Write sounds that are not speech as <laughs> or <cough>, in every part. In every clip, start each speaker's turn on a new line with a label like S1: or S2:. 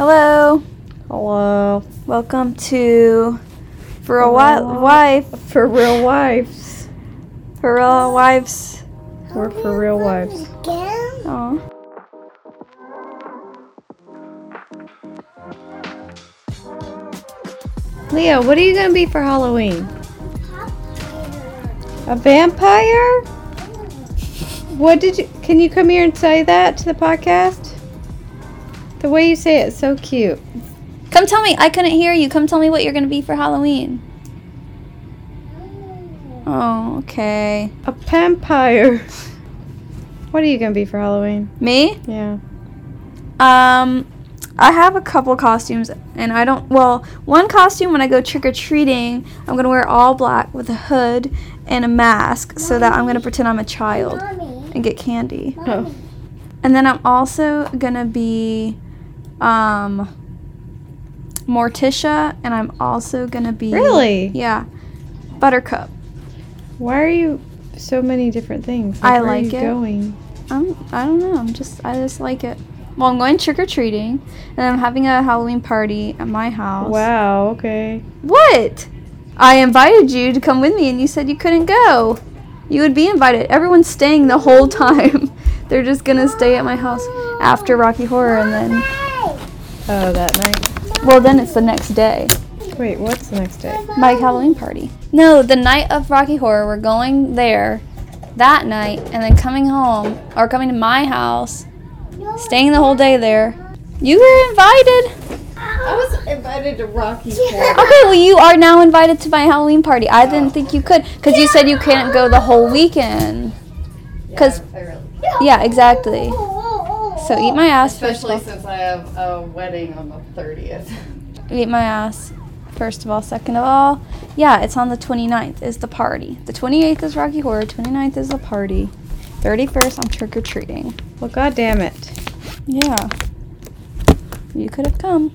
S1: Hello.
S2: Hello.
S1: Welcome to For Real Wi-
S2: Hello.
S1: Wife.
S2: For real wives.
S1: For Real Wives.
S2: We're for real wives.
S1: Oh.
S2: Leo, what are you gonna be for Halloween? A vampire? What did you can you come here and say that to the podcast? The way you say it's so cute.
S1: Come tell me. I couldn't hear you. Come tell me what you're going to be for Halloween. Oh, okay.
S2: A vampire. <laughs> What are you gonna be for Halloween?
S1: Me?
S2: Yeah.
S1: Um, I have a couple costumes, and I don't. Well, one costume when I go trick or treating, I'm gonna wear all black with a hood and a mask, so that I'm gonna pretend I'm a child and get candy.
S2: Oh.
S1: And then I'm also gonna be, um, Morticia, and I'm also gonna be
S2: Really?
S1: yeah, Buttercup.
S2: Why are you so many different things?
S1: I
S2: where are
S1: like
S2: you
S1: it.
S2: going.
S1: I'm, I don't know. I'm just I just like it. Well, I'm going trick or treating, and I'm having a Halloween party at my house.
S2: Wow, okay.
S1: What? I invited you to come with me and you said you couldn't go. You would be invited. Everyone's staying the whole <laughs> time. They're just gonna stay at my house after Rocky Horror and then
S2: Oh, that night.
S1: well then it's the next day.
S2: Wait, what's the next day?
S1: My Halloween party. No, the night of Rocky Horror, we're going there that night and then coming home or coming to my house, staying the whole day there. You were invited.
S2: I was invited to
S1: <laughs>
S2: Rocky
S1: Okay, well, you are now invited to my Halloween party. I didn't think you could because you said you couldn't go the whole weekend. Because, yeah, exactly. So eat my ass first.
S3: Especially since I have a wedding on the <laughs> 30th.
S1: Eat my ass, first of all. Second of all, yeah, it's on the 29th is the party. The 28th is Rocky Horror. 29th is the party. 31st, I'm trick or treating.
S2: Well, god damn it.
S1: Yeah. You could have come,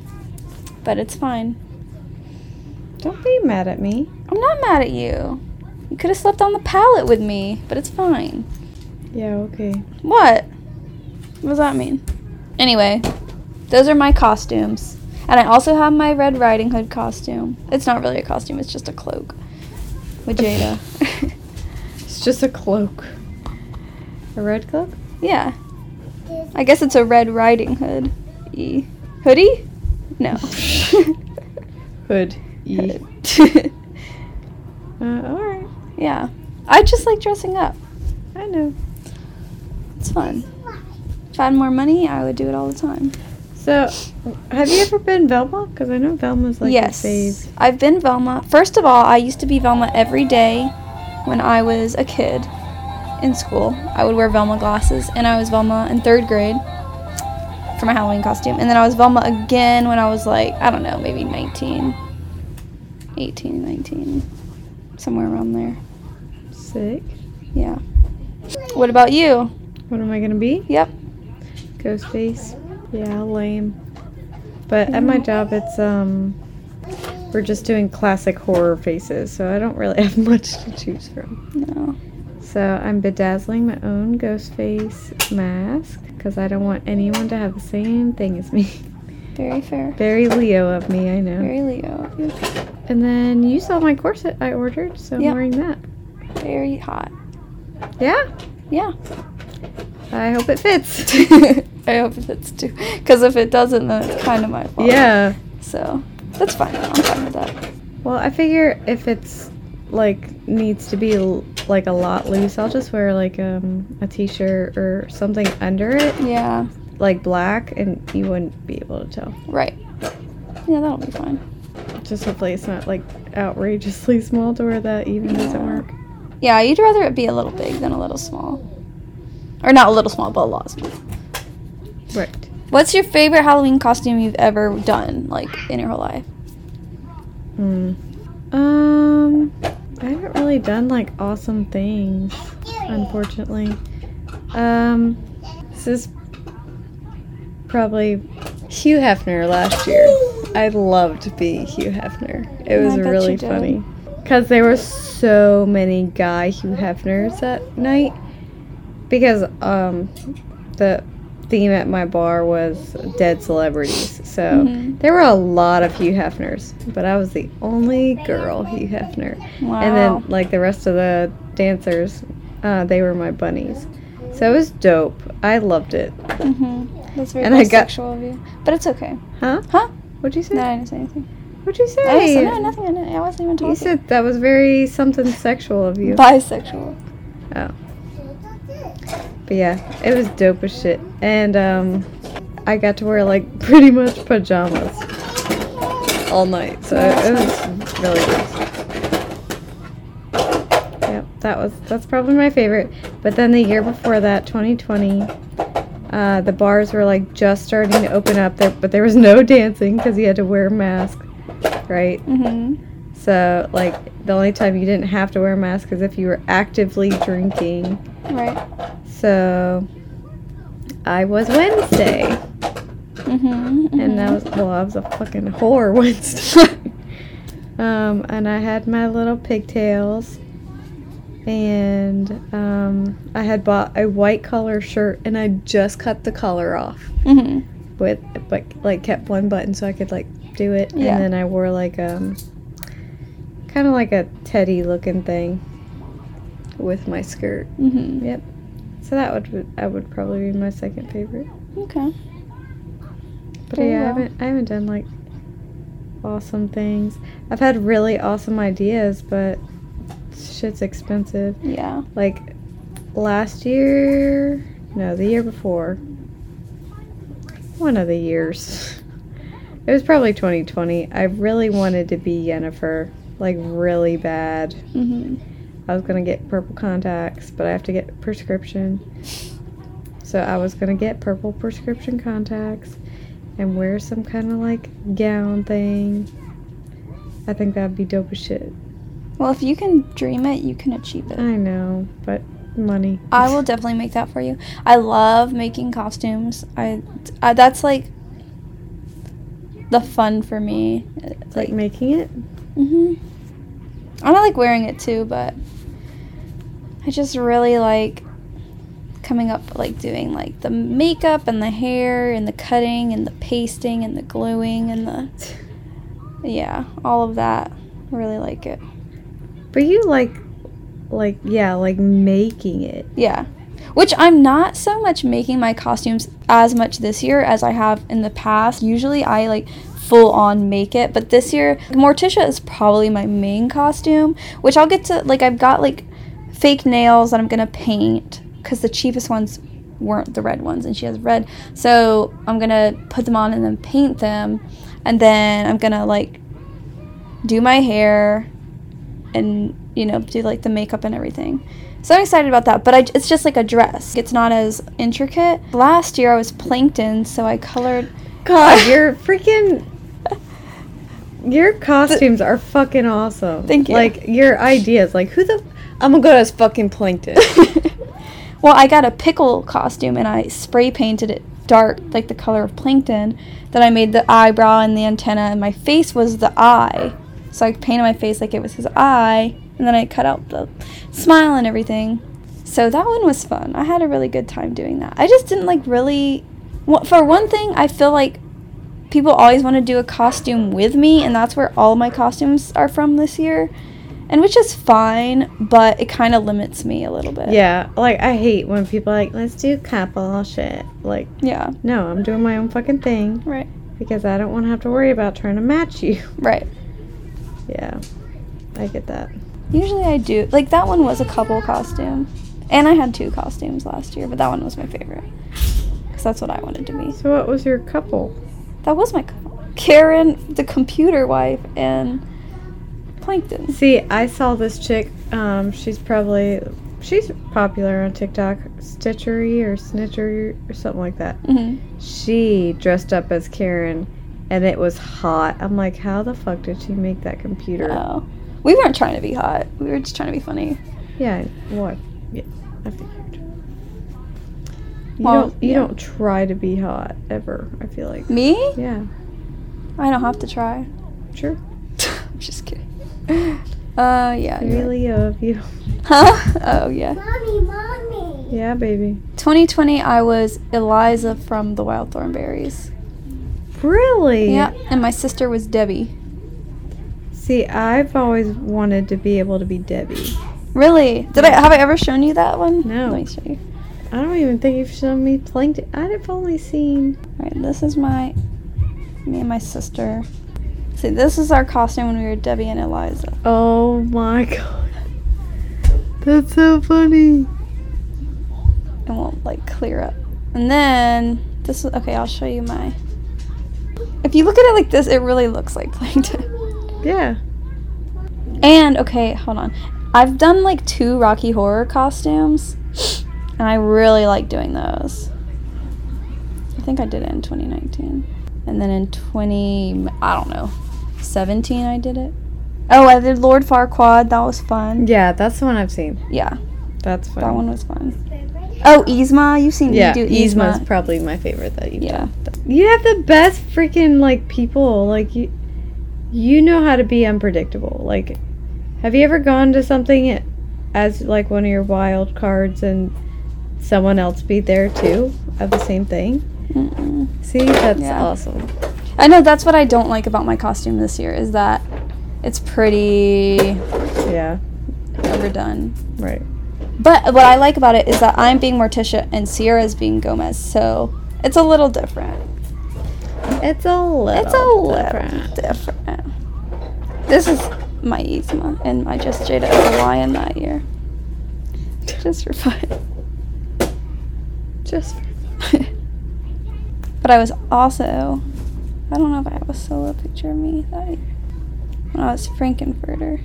S1: but it's fine.
S2: Don't be mad at me.
S1: I'm not mad at you. You could have slept on the pallet with me, but it's fine.
S2: Yeah, okay.
S1: What? What does that mean? Anyway, those are my costumes. And I also have my Red Riding Hood costume. It's not really a costume, it's just a cloak. With Jada. <laughs>
S2: It's just a cloak. A red cloak?
S1: yeah. I guess it's a Red Riding Hood. E. Hoodie? No.
S2: Hood. E.
S1: Hood.
S2: Uh, alright.
S1: <laughs> yeah. I just like dressing up.
S2: I know.
S1: It's fun. If I had more money, I would do it all the time.
S2: So, have you ever been Velma? Because I know Velma's like
S1: yes.
S2: a fave.
S1: I've been Velma. First of all, I used to be Velma every day when I was a kid in school. I would wear Velma glasses, and I was Velma in third grade for my Halloween costume. And then I was Velma again when I was like, I don't know, maybe 19, 18, 19, somewhere around there.
S2: Sick.
S1: Yeah. What about you?
S2: What am I gonna be?
S1: Yep.
S2: Ghostface? Yeah, lame. But at my job, it's, um, we're just doing classic horror faces, so I don't really <laughs> have much to choose from.
S1: No.
S2: So I'm bedazzling my own ghost face mask because I don't want anyone to have the same thing as me. <laughs>
S1: Very fair.
S2: Very Leo of me, I know.
S1: Very Leo. of you.
S2: And then you saw my corset I ordered, so
S1: Yep.
S2: I'm wearing that.
S1: Very hot.
S2: Yeah,
S1: Yeah. <laughs>
S2: I hope it fits. <laughs>
S1: I hope it fits too. Because if it doesn't, then it's kind of my fault.
S2: yeah.
S1: So that's fine. I'm fine with that.
S2: Well, I figure if it's like needs to be l- like a lot loose, I'll just wear like um, a t-shirt or something under it,
S1: Yeah.
S2: like black, and you wouldn't be able to tell.
S1: Right. Yeah, that'll be fine.
S2: Just hopefully it's not like outrageously small to where that even doesn't
S1: Yeah.
S2: work.
S1: Yeah, you'd rather it be a little big than a little small. Or not a little small, but a lot small.
S2: Right.
S1: What's your favorite Halloween costume you've ever done, like in your whole life?
S2: Hmm. Um, I haven't really done like awesome things, unfortunately. Um, this is probably Hugh Hefner last year. I loved being Hugh Hefner. It
S1: I
S2: was
S1: bet you
S2: really
S1: did.
S2: funny because there were so many guy Hugh Hefners that night because um the theme at my bar was dead celebrities. So
S1: Mhm.
S2: there were a lot of Hugh Hefners, but I was the only girl Hugh Hefner.
S1: Wow.
S2: And then like the rest of the dancers, uh, they were my bunnies. So it was dope. I loved it.
S1: hmm That's very
S2: And I got-
S1: sexual of you. But it's okay.
S2: Huh?
S1: Huh?
S2: What'd you say?
S1: No, I didn't say anything.
S2: What'd you
S1: I was,
S2: say?
S1: no, nothing. I didn't- I wasn't even talking.
S2: you said that was very something sexual of you.
S1: bisexual.
S2: But yeah, it was dope as shit. And um, I got to wear like <laughs> pretty much pajamas all night. So it was really nice. Yep, that was that's probably my favorite. But then the year before that, 2020, uh, the bars were like just starting to open up there, but there was no dancing because you had to wear a mask, right?
S1: Mm-hmm.
S2: So like the only time you didn't have to wear a mask is if you were actively drinking.
S1: Right.
S2: So I was Wednesday,
S1: Mm-hmm.
S2: and I was well, I was a fucking whore <laughs> Wednesday. um, and I had my little pigtails, and um, I had bought a white collar shirt, and I just cut the collar off
S1: hmm
S2: with, but like kept one button so I could like do it,
S1: Yeah.
S2: and then I wore like um, kind of like a teddy looking thing with my skirt.
S1: hmm
S2: So that would I would probably be my second favorite.
S1: Okay.
S2: But
S1: Very
S2: yeah, I
S1: well.
S2: haven't I haven't done like awesome things. I've had really awesome ideas, but shit's expensive.
S1: Yeah.
S2: Like last year, no, the year before, one of the years. <laughs> It was probably 2020. I really wanted to be Yennefer, like really bad.
S1: hmm
S2: I was gonna get purple contacts, but I have to get a prescription. So I was gonna get purple prescription contacts and wear some kind of like gown thing. I think that'd be dope as shit.
S1: Well, if you can dream it, you can achieve it.
S2: I know, but money.
S1: I will definitely make that for you. I love making costumes. I, I that's like the fun for me. It's
S2: <laughs> like making it.
S1: hmm I don't like wearing it too, but I just really like coming up like doing like the makeup and the hair and the cutting and the pasting and the gluing and the yeah, all of that. I really like it.
S2: But you like, like yeah, like making it.
S1: Yeah. Which I'm not so much making my costumes as much this year as I have in the past. Usually I like full on make it, but this year Morticia is probably my main costume, which I'll get to like I've got like fake nails that I'm going to paint cuz the cheapest ones weren't the red ones and she has red. So, I'm going to put them on and then paint them and then I'm going to like do my hair and you know, do like the makeup and everything. So I'm excited about that, but I, it's just like a dress. It's not as intricate. Last year I was plankton, so I colored.
S2: God,
S1: <laughs>
S2: your freaking. Your costumes are fucking awesome.
S1: Thank you.
S2: Like your ideas. Like who the? I'm gonna go to this fucking plankton.
S1: <laughs> well, I got a pickle costume and I spray painted it dark, like the color of plankton. Then I made the eyebrow and the antenna, and my face was the eye. So I painted my face like it was his eye, and then I cut out the smile and everything. So that one was fun. I had a really good time doing that. I just didn't like really. wa- For one thing, I feel like people always want to do a costume with me, and that's where all my costumes are from this year, and which is fine, but it kind of limits me a little bit.
S2: Yeah, like I hate when people are like, let's do couple shit. Like,
S1: Yeah.
S2: no, I'm doing my own fucking thing
S1: Right.
S2: because I don't want to have to worry about trying to match you. <laughs>
S1: Right.
S2: Yeah, I get that.
S1: Usually I do. Like that one was a couple costume, and I had two costumes last year, but that one was my favorite because that's what I wanted to be.
S2: So, what was your couple?
S1: That was my couple. Karen, the computer wife, and Plankton.
S2: See, I saw this chick. Um, she's probably she's popular on TikTok, Stitchery or Snitchery or something like that.
S1: hmm
S2: She dressed up as Karen, and it was hot. I'm like, how the fuck did she make that computer?
S1: Oh. We weren't trying to be hot. We were just trying to be funny.
S2: Yeah, what? Yeah, I figured. You
S1: Well,
S2: don't you
S1: yeah.
S2: don't try to be hot ever, I feel like.
S1: Me?
S2: Yeah,
S1: I don't have to try. <laughs>
S2: sure.
S1: I'm just
S2: <laughs>
S1: kidding. Uh, yeah. you're right.
S2: Really of you.
S1: Huh? <laughs> Oh, yeah.
S4: Mommy, mommy.
S2: Yeah, baby.
S1: 2020, I was Eliza from the Wild Thornberries.
S2: Really?
S1: Yeah, and my sister was Debbie.
S2: See, I've always wanted to be able to be Debbie.
S1: Really? Did I have I ever shown you that one?
S2: No.
S1: Let me show you.
S2: I don't even think you've shown me playing. T- I've only seen.
S1: All right, this is my me and my sister. See, this is our costume when we were Debbie and Eliza.
S2: Oh my <laughs> god. That's so funny.
S1: It won't like clear up. And then this is okay. I'll show you my. If you look at it like this, it really looks like Plankton. <laughs>
S2: Yeah.
S1: And okay, hold on. I've done like two Rocky Horror costumes, and I really like doing those. I think I did it in 2019, and then in 20 I don't know, 17 I did it. Oh, I did Lord Farquaad. That was fun.
S2: Yeah, that's the one I've seen.
S1: Yeah,
S2: That's funny.
S1: that one was fun. Oh, Yzma, you've seen
S2: Yeah,
S1: me do Yzma.
S2: Yzma's probably my favorite that you've
S1: yeah,
S2: done. You have the best freaking like people. Like you, you know how to be unpredictable. Like, have you ever gone to something as like one of your wild cards and someone else be there too of the same thing?
S1: Mm-mm.
S2: See, that's
S1: Yeah.
S2: awesome.
S1: I know that's what I don't like about my costume this year is that it's pretty
S2: Yeah.
S1: overdone.
S2: Right.
S1: But what I like about it is that I'm being Morticia and Sierra's being Gomez, so it's a little different.
S2: It's a little.
S1: It's a little
S2: different.
S1: different. This is my Yzma and I just Jada as a lion that year. Just for fun.
S2: Just
S1: <laughs> but I was also I don't know if I have a solo picture of me that year. When I was Frankenfurter.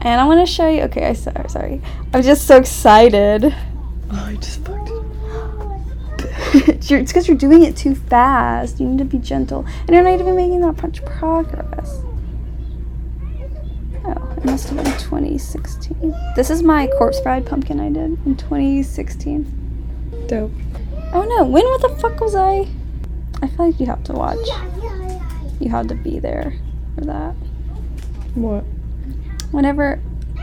S1: And I want to show you. Okay, I saw. Sorry, I'm just so excited.
S2: Oh, I just fucked it.
S1: it's because <laughs> you're doing it too fast. You need to be gentle. And you're not even making that much progress. Oh, it must have been 2016. This is my corpse bride pumpkin I did in 2016.
S2: Dope.
S1: Oh no, when what the fuck was I? I feel like you have to watch. You had to be there for that.
S2: What?
S1: Whenever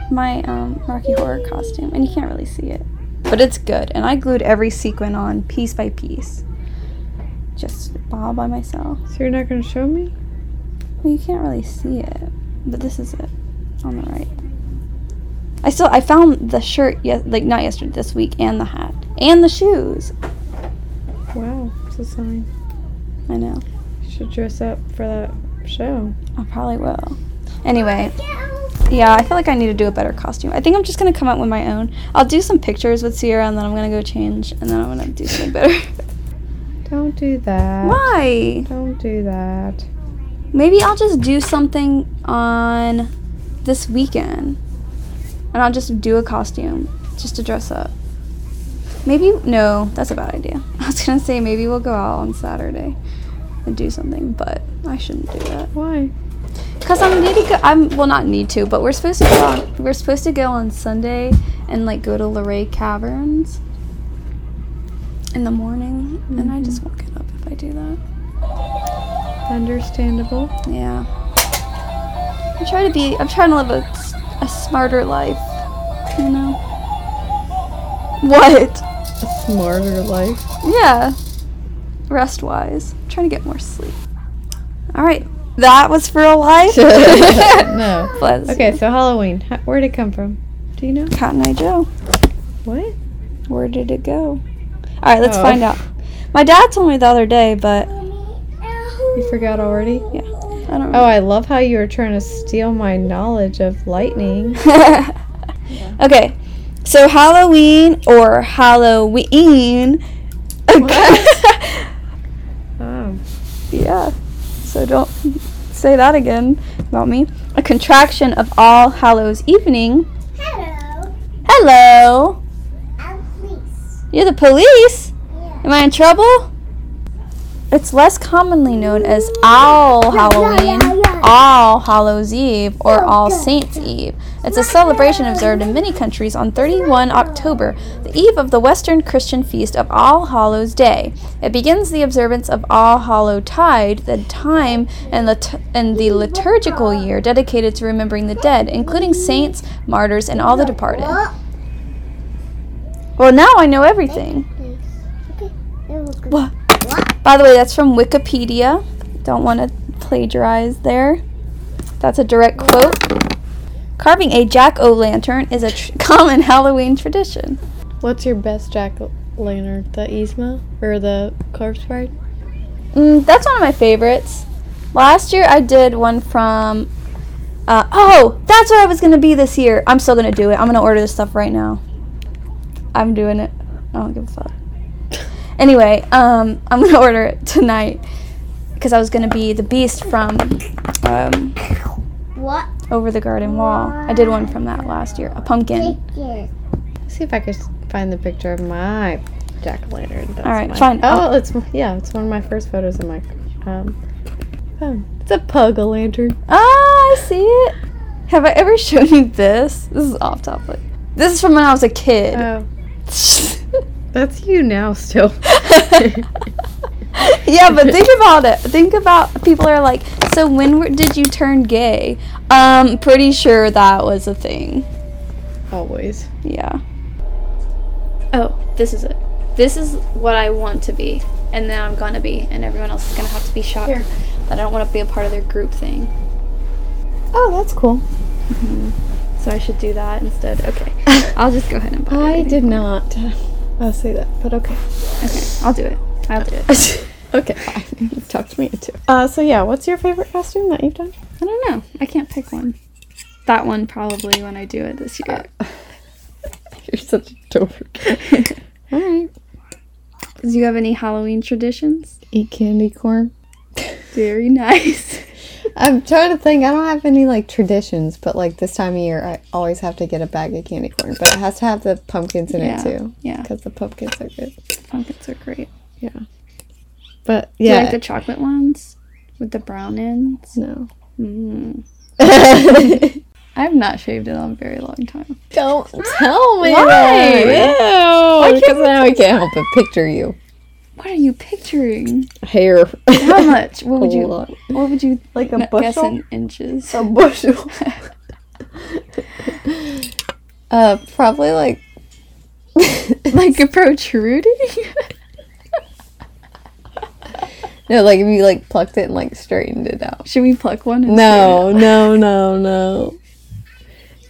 S1: my um, Rocky Horror costume, and you can't really see it, but it's good. And I glued every sequin on piece by piece, just all by myself.
S2: So you're not gonna show me?
S1: Well, you can't really see it, but this is it on the right. I still I found the shirt yes like not yesterday this week and the hat and the shoes.
S2: Wow, it's a sign.
S1: I know
S2: You should dress up for that show.
S1: I probably will. Anyway, yeah, I feel like I need to do a better costume. I think I'm just gonna come up with my own. I'll do some pictures with Sierra and then I'm gonna go change and then I'm gonna do something better. <laughs>
S2: Don't do that.
S1: Why?
S2: Don't do that.
S1: Maybe I'll just do something on this weekend. And I'll just do a costume just to dress up. Maybe, no, that's a bad idea. <laughs> I was gonna say maybe we'll go out on Saturday and do something, but I shouldn't do that.
S2: Why?
S1: Cause I'm need to go, I'm, well, not need to, but we're supposed to go on, we're supposed to go on Sunday and like go to Luray Caverns in the morning. And I just won't get up if I do that.
S2: Understandable.
S1: Yeah. I'm trying to be. I'm trying to live a, s- a smarter life. You know. What?
S2: A smarter life. <laughs>
S1: Yeah. Rest wise, I'm trying to get more sleep. All right. That was for a life. <laughs>
S2: <laughs> No.
S1: Bless
S2: Okay,
S1: you.
S2: so Halloween. Ho- Where'd it come from? Do you know?
S1: Cotton Eye Joe.
S2: What?
S1: Where did it go? All right. Let's
S2: Oh.
S1: find out. My dad told me the other day, but
S2: You forgot already?
S1: yeah, I don't.
S2: Oh,
S1: Know.
S2: I love how you were trying to steal my knowledge of lightning.
S1: <laughs> okay. So Halloween or Halloween.
S2: What?
S1: <laughs>
S2: Oh.
S1: Yeah. So don't say that again about me. A contraction of All Hallows Evening.
S4: Hello,
S1: Hello.
S4: I'm Fleece.
S1: You're the police.
S4: Yeah.
S1: Am I in trouble? It's less commonly known as All Halloween, All Hallows Eve, or All Saints Eve. It's a celebration observed in many countries on 31 October, the eve of the Western Christian feast of All Hallows Day. It begins the observance of All Hallow Tide, the time and the, t- and the liturgical year dedicated to remembering the dead, including saints, martyrs, and all the departed. Well, now I know everything.
S4: Okay. It was good.
S1: What? By the way, that's from Wikipedia. Don't want to plagiarize there. That's a direct quote. Carving a jack o' lantern is a tr- <laughs> common Halloween tradition.
S2: What's your best jack lantern? The Yzma or the Carves Pride?
S1: Mm, that's one of my favorites. Last year I did one from. Uh, oh, that's what I was gonna be this year. I'm still gonna do it. I'm gonna order this stuff right now. I'm doing it. I don't give a fuck. Anyway, um, <laughs> I'm gonna order it tonight because I was gonna be the beast from um,
S4: What
S1: Over the Garden Wall. I did one from that last year. A pumpkin.
S4: picture?
S2: See if I could find the picture of my jack o' lantern. That's
S1: All right,
S2: my-
S1: fine.
S2: Oh, it's yeah, it's one of my first photos of my um, phone. It's a pug o' lantern.
S1: Ah, I see it. Have I ever shown you this? This is off topic. This is from when I was a kid.
S2: Oh, that's you now
S1: <laughs>
S2: still. <laughs>
S1: yeah, but think about it. Think about people are like, so when w- did you turn gay? Um, pretty sure that was a thing.
S2: Always.
S1: Yeah. Oh, this is it. This is what I want to be, and then I'm gonna be, and everyone else is gonna have to be shocked that I don't want to be a part of their group thing.
S2: Oh, that's <laughs> cool.
S1: So I should do that instead. Okay, I'll just go ahead and buy
S2: I
S1: it.
S2: did not. I'll say that, but okay.
S1: Okay, I'll do it. I'll do
S2: <laughs>
S1: it.
S2: Okay, fine. <laughs> you talked me into. it. Uh, so yeah, what's your favorite costume that you've done?
S1: I don't know. I can't pick one. That one probably when I do it this year.
S2: <laughs> Uh, You're such a dork. <laughs> All right.
S1: Do you have any Halloween traditions?
S2: Eat candy corn.
S1: Very
S2: <laughs>
S1: nice.
S2: I'm trying to think. I don't have any like traditions, but like this time of year, I always have to get a bag of candy corn, but it has to have the pumpkins in
S1: Yeah,
S2: it too.
S1: yeah.
S2: because the pumpkins are good.
S1: Pumpkins are great.
S2: But
S1: Do you
S2: yeah,
S1: like the chocolate ones with the brown ends?
S2: no.
S1: Mm.
S2: <laughs> don't
S1: I've not shaved in a very long time.
S2: <laughs> tell
S1: Why?
S2: me that. Ew,
S1: can't
S2: because now I can't help but picture you
S1: What are you picturing?
S2: <laughs> hair.
S1: How much? What would you?
S2: lot.
S1: What would you
S2: Like a
S1: n- guess
S2: bushel?
S1: in inches?
S2: a bushel. uh, probably like
S1: <laughs>
S2: <laughs>
S1: like a <laughs> protruding?
S2: no, like if you like plucked it and like straightened it out.
S1: Should we pluck one? and
S2: No, no, no, no.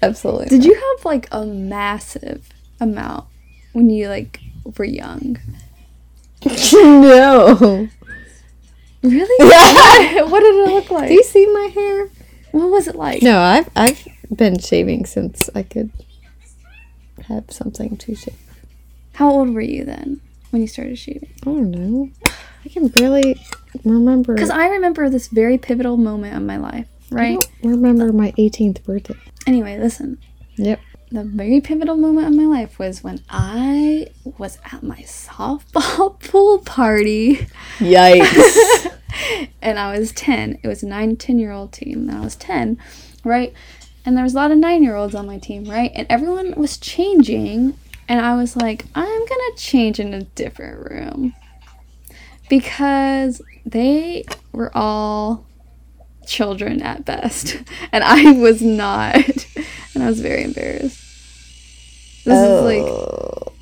S2: Absolutely.
S1: Did you have like a massive amount when you like were young?
S2: no. <laughs>
S1: Really? what did it look like?
S2: Do you see my hair?
S1: What was it like?
S2: No, I've I've been shaving since I could have something to shave.
S1: How old were you then when you started shaving?
S2: I don't know. I can barely remember.
S1: Because I remember this very pivotal moment of my life,
S2: I
S1: right?
S2: don't remember my 18th birthday.
S1: Anyway, listen.
S2: Yep.
S1: The very pivotal moment of my life was when I was at my softball <laughs> pool party
S2: <laughs> Yikes.
S1: <laughs> and I was 10. It was a 9, 10 year old team, and I was 10, right? And there was a lot of 9 year olds on my team, right? And everyone was changing, and I was like, I'm gonna change in a different room because they were all children at best, <laughs> and I was not, <laughs> and I was very embarrassed. This is like,
S2: Oh,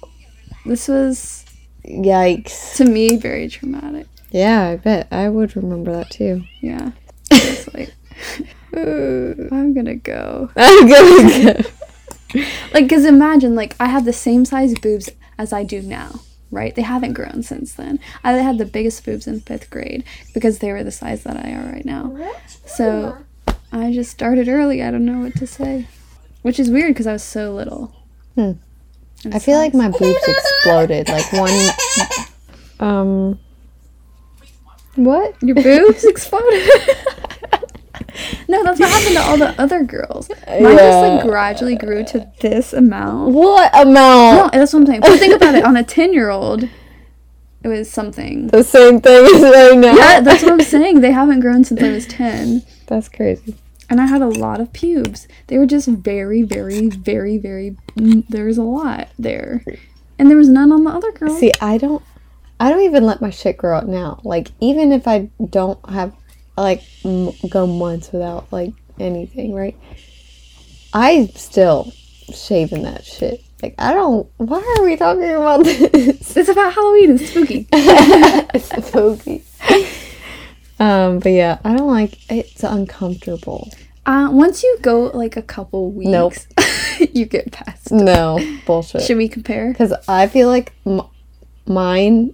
S1: this was
S2: yikes.
S1: to me very traumatic.
S2: Yeah, I bet I would remember that too. <laughs>
S1: Yeah. It's like, I'm gonna go.
S2: <laughs> I'm gonna go.
S1: Like, because imagine, like, I have the same size boobs as I do now, right? They haven't grown since then. I had the biggest boobs in fifth grade because they were the size that I are right now. So I just started early. I don't know what to say. Which is weird because I was so little.
S2: Hmm.
S1: And
S2: I feel like
S1: size-
S2: my boobs exploded. Like one. Um. What?
S1: your
S2: <laughs>
S1: boobs exploded. no, that's what happened to all the other girls. Mine just like
S2: Yeah.
S1: gradually grew to this amount.
S2: <laughs> What amount?
S1: No, that's what I'm saying. But think about it. <laughs> On a ten-year-old, it was something.
S2: The same thing as right now.
S1: Yeah, that's what I'm saying. They haven't grown since I was ten,
S2: That's crazy.
S1: and I had a lot of pubes. They were just very, very, very, very. mm, There was a lot there, and there was none on the other girl.
S2: See, I don't. I don't even let my shit grow out now. Like even if I don't have, like, m- go months without like anything, right? I still shaving that shit. Like, I don't. Why are we talking about <laughs> this?
S5: It's about Halloween and
S1: <laughs>
S5: spooky.
S2: <laughs> it's spooky. Um, but yeah, I don't like. It's uncomfortable.
S1: Uh, once you go like a couple weeks,
S2: Nope.
S1: <laughs> you get past. it.
S2: <laughs> No bullshit.
S1: Should we compare?
S2: Because I feel like m- mine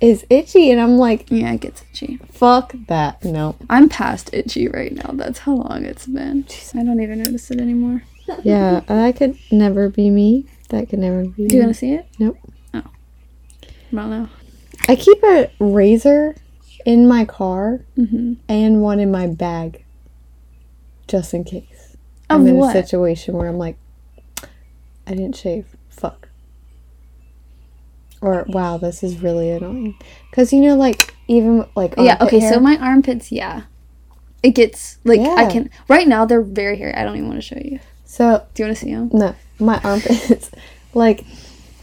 S2: is itchy, and I'm like,
S1: Yeah, it gets itchy.
S2: fuck that. <laughs> No.
S1: I'm past itchy right now. That's how long it's been. I don't even notice it anymore.
S2: Yeah, that could never be me. That could never be.
S1: Do you
S2: me.
S1: want to see it?
S2: Nope.
S1: Oh. I don't know.
S2: I keep a razor in my car
S1: Mhm.
S2: and one in my bag, just in case
S1: Of
S2: I'm in
S1: what?
S2: a situation where I'm like, I didn't shave. Fuck. Or wow, this is really annoying. Cause you know, like even Oh, like
S1: yeah.
S2: armpit
S1: Okay.
S2: hair-
S1: So my armpits. Yeah. It gets like I
S2: Yeah.
S1: can right now. They're very hairy. I don't even want to show you.
S2: so
S1: Do you want to see them?
S2: No, my <laughs> armpits. like,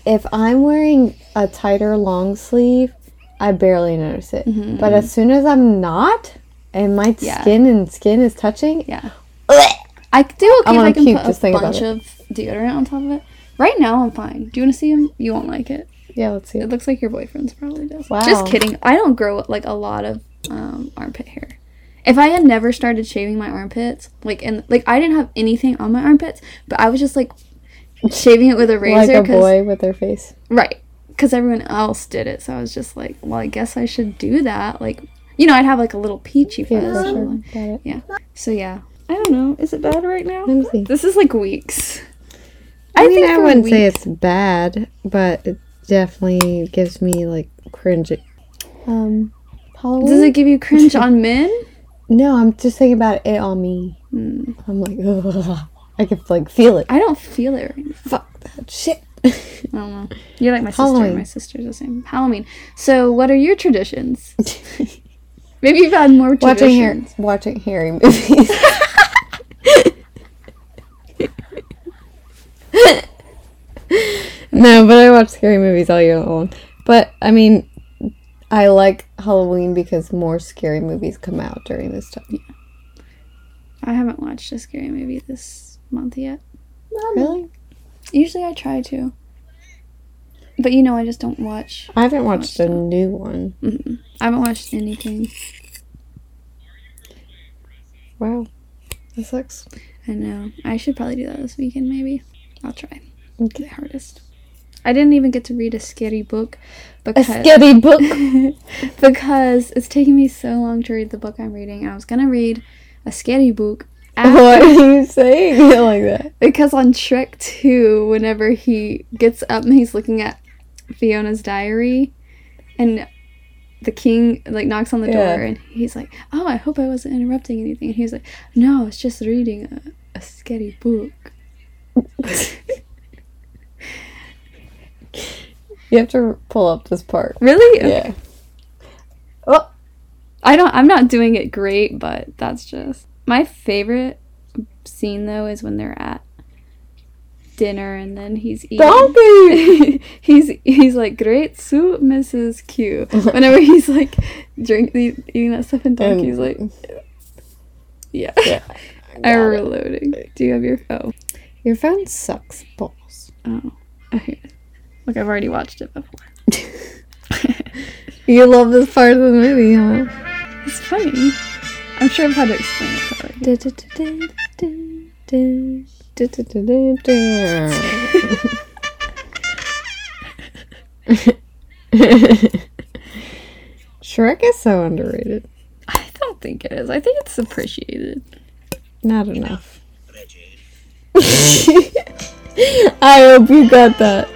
S2: if I'm wearing a tighter long sleeve, I barely notice it. But as soon as I'm not, and my
S1: Mm-hmm, Yeah.
S2: skin and skin is touching, <laughs>
S1: Yeah. I c- do okay
S2: I
S1: if I
S2: wanna
S1: can
S2: puke
S1: put
S2: just
S1: a
S2: thinking
S1: bunch
S2: about
S1: of deodorant on top of it. Right now, I'm fine. Do you want to see him? You won't like it.
S2: yeah, let's see.
S1: It looks like your boyfriend's probably does.
S2: Wow.
S1: Just kidding. I don't grow like a lot of um, armpit hair. If I had never started shaving my armpits, like and like I didn't have anything on my armpits, but I was just like shaving it with a
S2: Like
S1: razor
S2: a
S1: 'cause-
S2: boy with their face.
S1: Right. Because everyone else did it. So I was just like, well, I guess I should do that. Like, you know, I'd have like a little peachy fuzz.
S2: Yeah, for
S1: or,
S2: sure.
S1: like-
S2: Got it.
S1: Yeah. So yeah. I don't know. Is it bad right now?
S2: Let me see.
S1: This is like weeks.
S2: I, mean, I
S1: for a
S2: wouldn't say
S1: week-
S2: it's bad, but it definitely gives me like cringe. Um,
S1: Does
S2: Halloween?
S1: it give you cringe on men?
S2: no, I'm just thinking about it on me.
S1: Hmm.
S2: I'm like, <laughs> ugh. I can like feel it.
S1: I don't feel it right now.
S2: Fuck
S1: <laughs>
S2: that shit.
S1: I don't know. You're like my sister.
S2: Halloween.
S1: My sister's the same. Halloween. So what are your traditions? Maybe you've had more traditions.
S2: watching Harry, watching Harry movies. <laughs> no, but I watch scary movies all year long. But I mean, I like Halloween because more scary movies come out during this time.
S1: I haven't watched a scary movie this month yet.
S2: Really?
S1: Usually I try to. But you know, I just don't watch.
S2: I haven't watched a new one.
S1: Mm-mm. I haven't watched anything.
S2: Wow, that sucks.
S1: I know. I should probably do that this weekend, maybe. I'll try.
S2: Okay.
S1: The hardest. I didn't even get to read a scary book
S2: A
S1: because
S2: scary <laughs> book.
S1: because it's taking me so long to read the book I'm reading. I was gonna read a scary book after
S2: Why are you saying <laughs> it like that?
S1: Because on Shrek 2, whenever he gets up and he's looking at Fiona's diary, and the king like knocks on the
S2: Yeah.
S1: door and he's like, "Oh, I hope I wasn't interrupting anything." And he's like, "No, I was just reading a, a scary book."
S2: <laughs> You have to pull up this part.
S1: Really? Okay.
S2: Yeah. Oh.
S1: I don't. I'm not doing it great, but that's just my favorite scene though is when they're at dinner and then he's eating. <laughs> he's he's like great soup, Mrs. Q. Whenever he's like drink eat- eating that stuff, and Donkey's
S2: Oh.
S1: like,
S2: <laughs>
S1: yeah,
S2: Yeah,
S1: I'm reloading. Do you have your phone?
S2: Your phone sucks balls.
S1: Oh, okay. Look, I've already watched it before.
S2: <laughs>
S1: <laughs>
S2: You love this part of the movie, huh?
S1: It's funny. I'm sure I've had to explain it. But like,
S2: <laughs> <laughs> Shrek is so underrated.
S1: I don't think it is. I think it's appreciated.
S2: Not enough.
S1: <laughs>
S2: I hope you got that.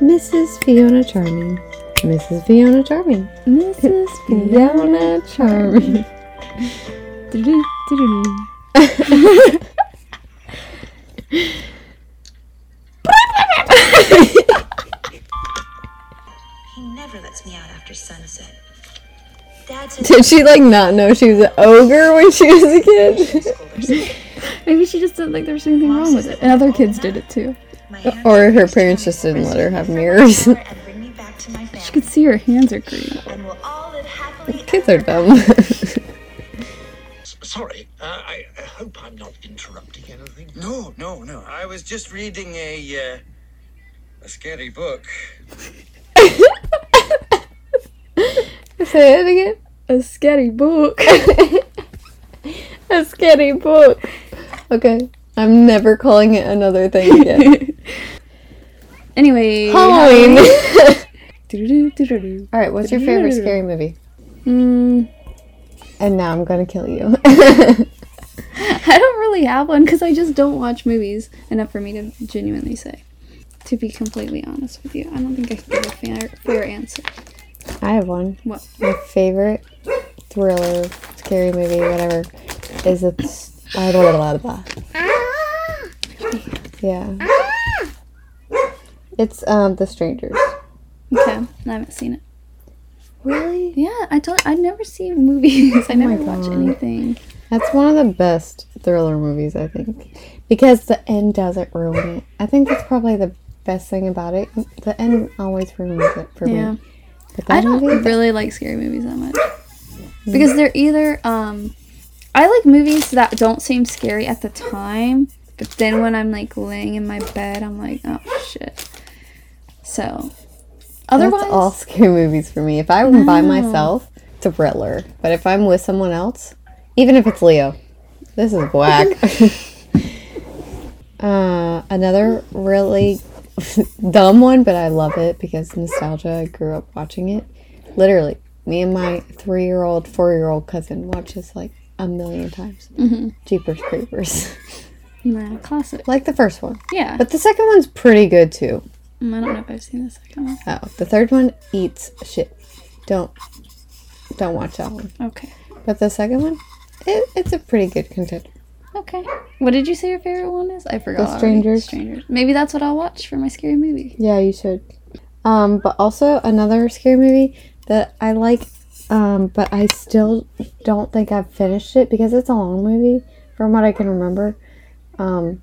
S2: Mrs. Fiona Charming. Mrs. Fiona Charming.
S1: Mrs.
S2: Fiona Charming.
S6: He never lets me out after sunset. Dad says
S2: <laughs> Did she like not know she was an ogre when she was a <laughs> kid?
S1: Maybe she just didn't think there was anything wrong with it, and other kids did it too.
S6: my hands
S2: or her parents just didn't let her have mirrors.
S6: are and bring me back to
S2: <laughs>
S6: my
S1: You could
S6: family,
S1: see her <laughs> hands are green.
S6: and we'll all live happily
S2: Kids are dumb.
S7: sorry. Uh, I, I hope I'm not interrupting anything.
S8: No, no, no. I was just reading a uh, a scary book.
S2: Say it again.
S5: A scary
S1: <laughs>
S5: book.
S2: a scary book. <laughs> Okay. I'm never calling it another thing <laughs> again.
S1: <laughs> Anyway,
S2: Halloween.
S5: Doo-doo-doo-doo-doo.
S2: All right, what's your favorite scary movie?
S1: <laughs> mm,
S2: And now I'm going to kill you. <laughs>
S1: I don't really have one because I just don't watch movies enough for me to genuinely say. To be completely honest with you, I don't think I can give a fair, fair answer.
S2: I have one.
S1: What?
S2: My favorite thriller, scary movie, whatever, is a. I don't know blah, blah. Ah! Yeah. It's um The Strangers.
S1: Okay, I haven't seen it.
S2: Really?
S1: Yeah, I told I never see movies. <laughs> I never watch
S2: Oh God.
S1: anything.
S2: That's one of the best thriller movies, I think. Because the end doesn't ruin it. I think that's probably the best thing about it. The end always ruins it for
S1: Yeah.
S2: me. But that
S1: I don't
S2: movie,
S1: really like scary movies that much
S2: Hmm.
S1: because they're either um, I like movies that don't seem scary at the time, but then when I'm like laying in my bed, I'm like, oh shit. So, otherwise,
S2: that's all scary movies for me. If I'm by myself, thriller. But if I'm with someone else, even if it's Leo, this is whack. uh, another really <laughs> dumb one, but I love it because nostalgia. I grew up watching it. Literally, me and my three-year-old, four-year-old cousin watch this like a million times. Jeepers Creepers, <laughs>
S1: nah, classic.
S2: like the first one,
S1: Yeah,
S2: but the second one's pretty good too.
S1: Mm, I don't know if I've seen the second one.
S2: Oh, the third one eats shit. Don't don't watch that one.
S1: Okay,
S2: But the second one, it, it's a pretty good contender.
S1: okay. What did you say your favorite one is? I forgot. already.
S2: Strangers.
S1: Strangers. Maybe that's what I'll watch for my scary movie.
S2: Yeah, you should. Um, but also another scary movie that I like, um, but I still don't think I've finished it because it's a long movie from what I can remember, um,